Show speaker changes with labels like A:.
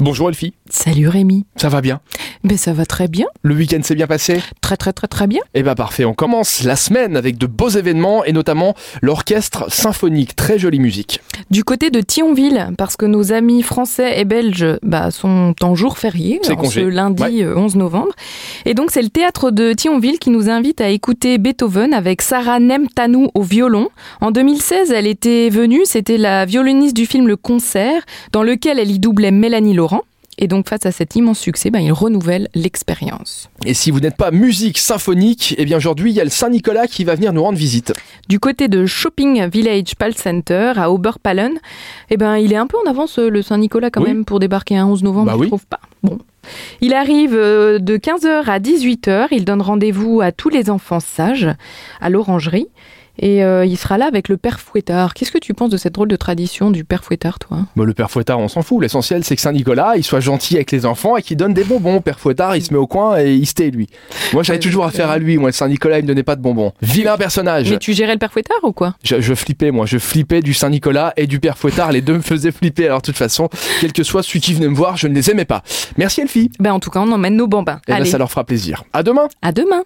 A: Bonjour Elfie,
B: Salut Rémi.
A: ça va bien
B: Ben ça va très bien,
A: Le week-end s'est bien passé
B: très très très très bien.
A: Eh bah parfait, on commence la semaine avec de beaux événements et notamment l'orchestre symphonique, très jolie musique.
B: Du côté de Thionville, parce que nos amis français et belges bah, sont en jour férié,
A: C'est
B: en
A: congé.
B: ce lundi
A: Ouais.
B: euh, 11 novembre. Et donc c'est le théâtre de Thionville qui nous invite à écouter Beethoven avec Sarah Nemtanou au violon. En 2016, elle était venue, c'était la violoniste du film Le Concert, dans lequel elle y doublait Mélanie Laurent. Et donc face à cet immense succès, ben, il renouvelle l'expérience.
A: Et si vous n'êtes pas musique symphonique, eh bien aujourd'hui il y a le Saint-Nicolas qui va venir nous rendre visite.
B: Du côté de Shopping Village Pal Center à Oberpallen, eh ben, il est un peu en avance euh, le Saint-Nicolas quand
A: Oui.
B: même pour débarquer un 11 novembre,
A: Bah
B: je
A: oui.
B: trouve pas. Bon. Il arrive euh, de 15h à 18h, il donne rendez-vous à tous les enfants sages à l'orangerie et euh, il sera là avec le père Fouettard. Qu'est-ce que tu penses de cette drôle de tradition du père Fouettard toi
A: Bon, le père Fouettard, on s'en fout, l'essentiel c'est que Saint-Nicolas, il soit gentil avec les enfants et qu'il donne des bonbons. Père Fouettard, il se met au coin et il se tait lui. Moi j'avais
B: Ouais,
A: toujours
B: ouais.
A: affaire à lui, moi le Saint-Nicolas il me donnait pas de bonbons. Vilain personnage
B: Mais tu gérais le père Fouettard ou quoi
A: Je, je flippais, moi, je flippais du Saint-Nicolas et du Père Fouettard. Les deux me faisaient flipper. Alors, de toute façon, quel que soit celui qui venait me voir, je ne les aimais pas. Merci, Elfie. Eh
B: Ben en tout cas, on emmène nos bambins.
A: Et
B: Allez,
A: ça leur fera plaisir. À demain!
B: à demain.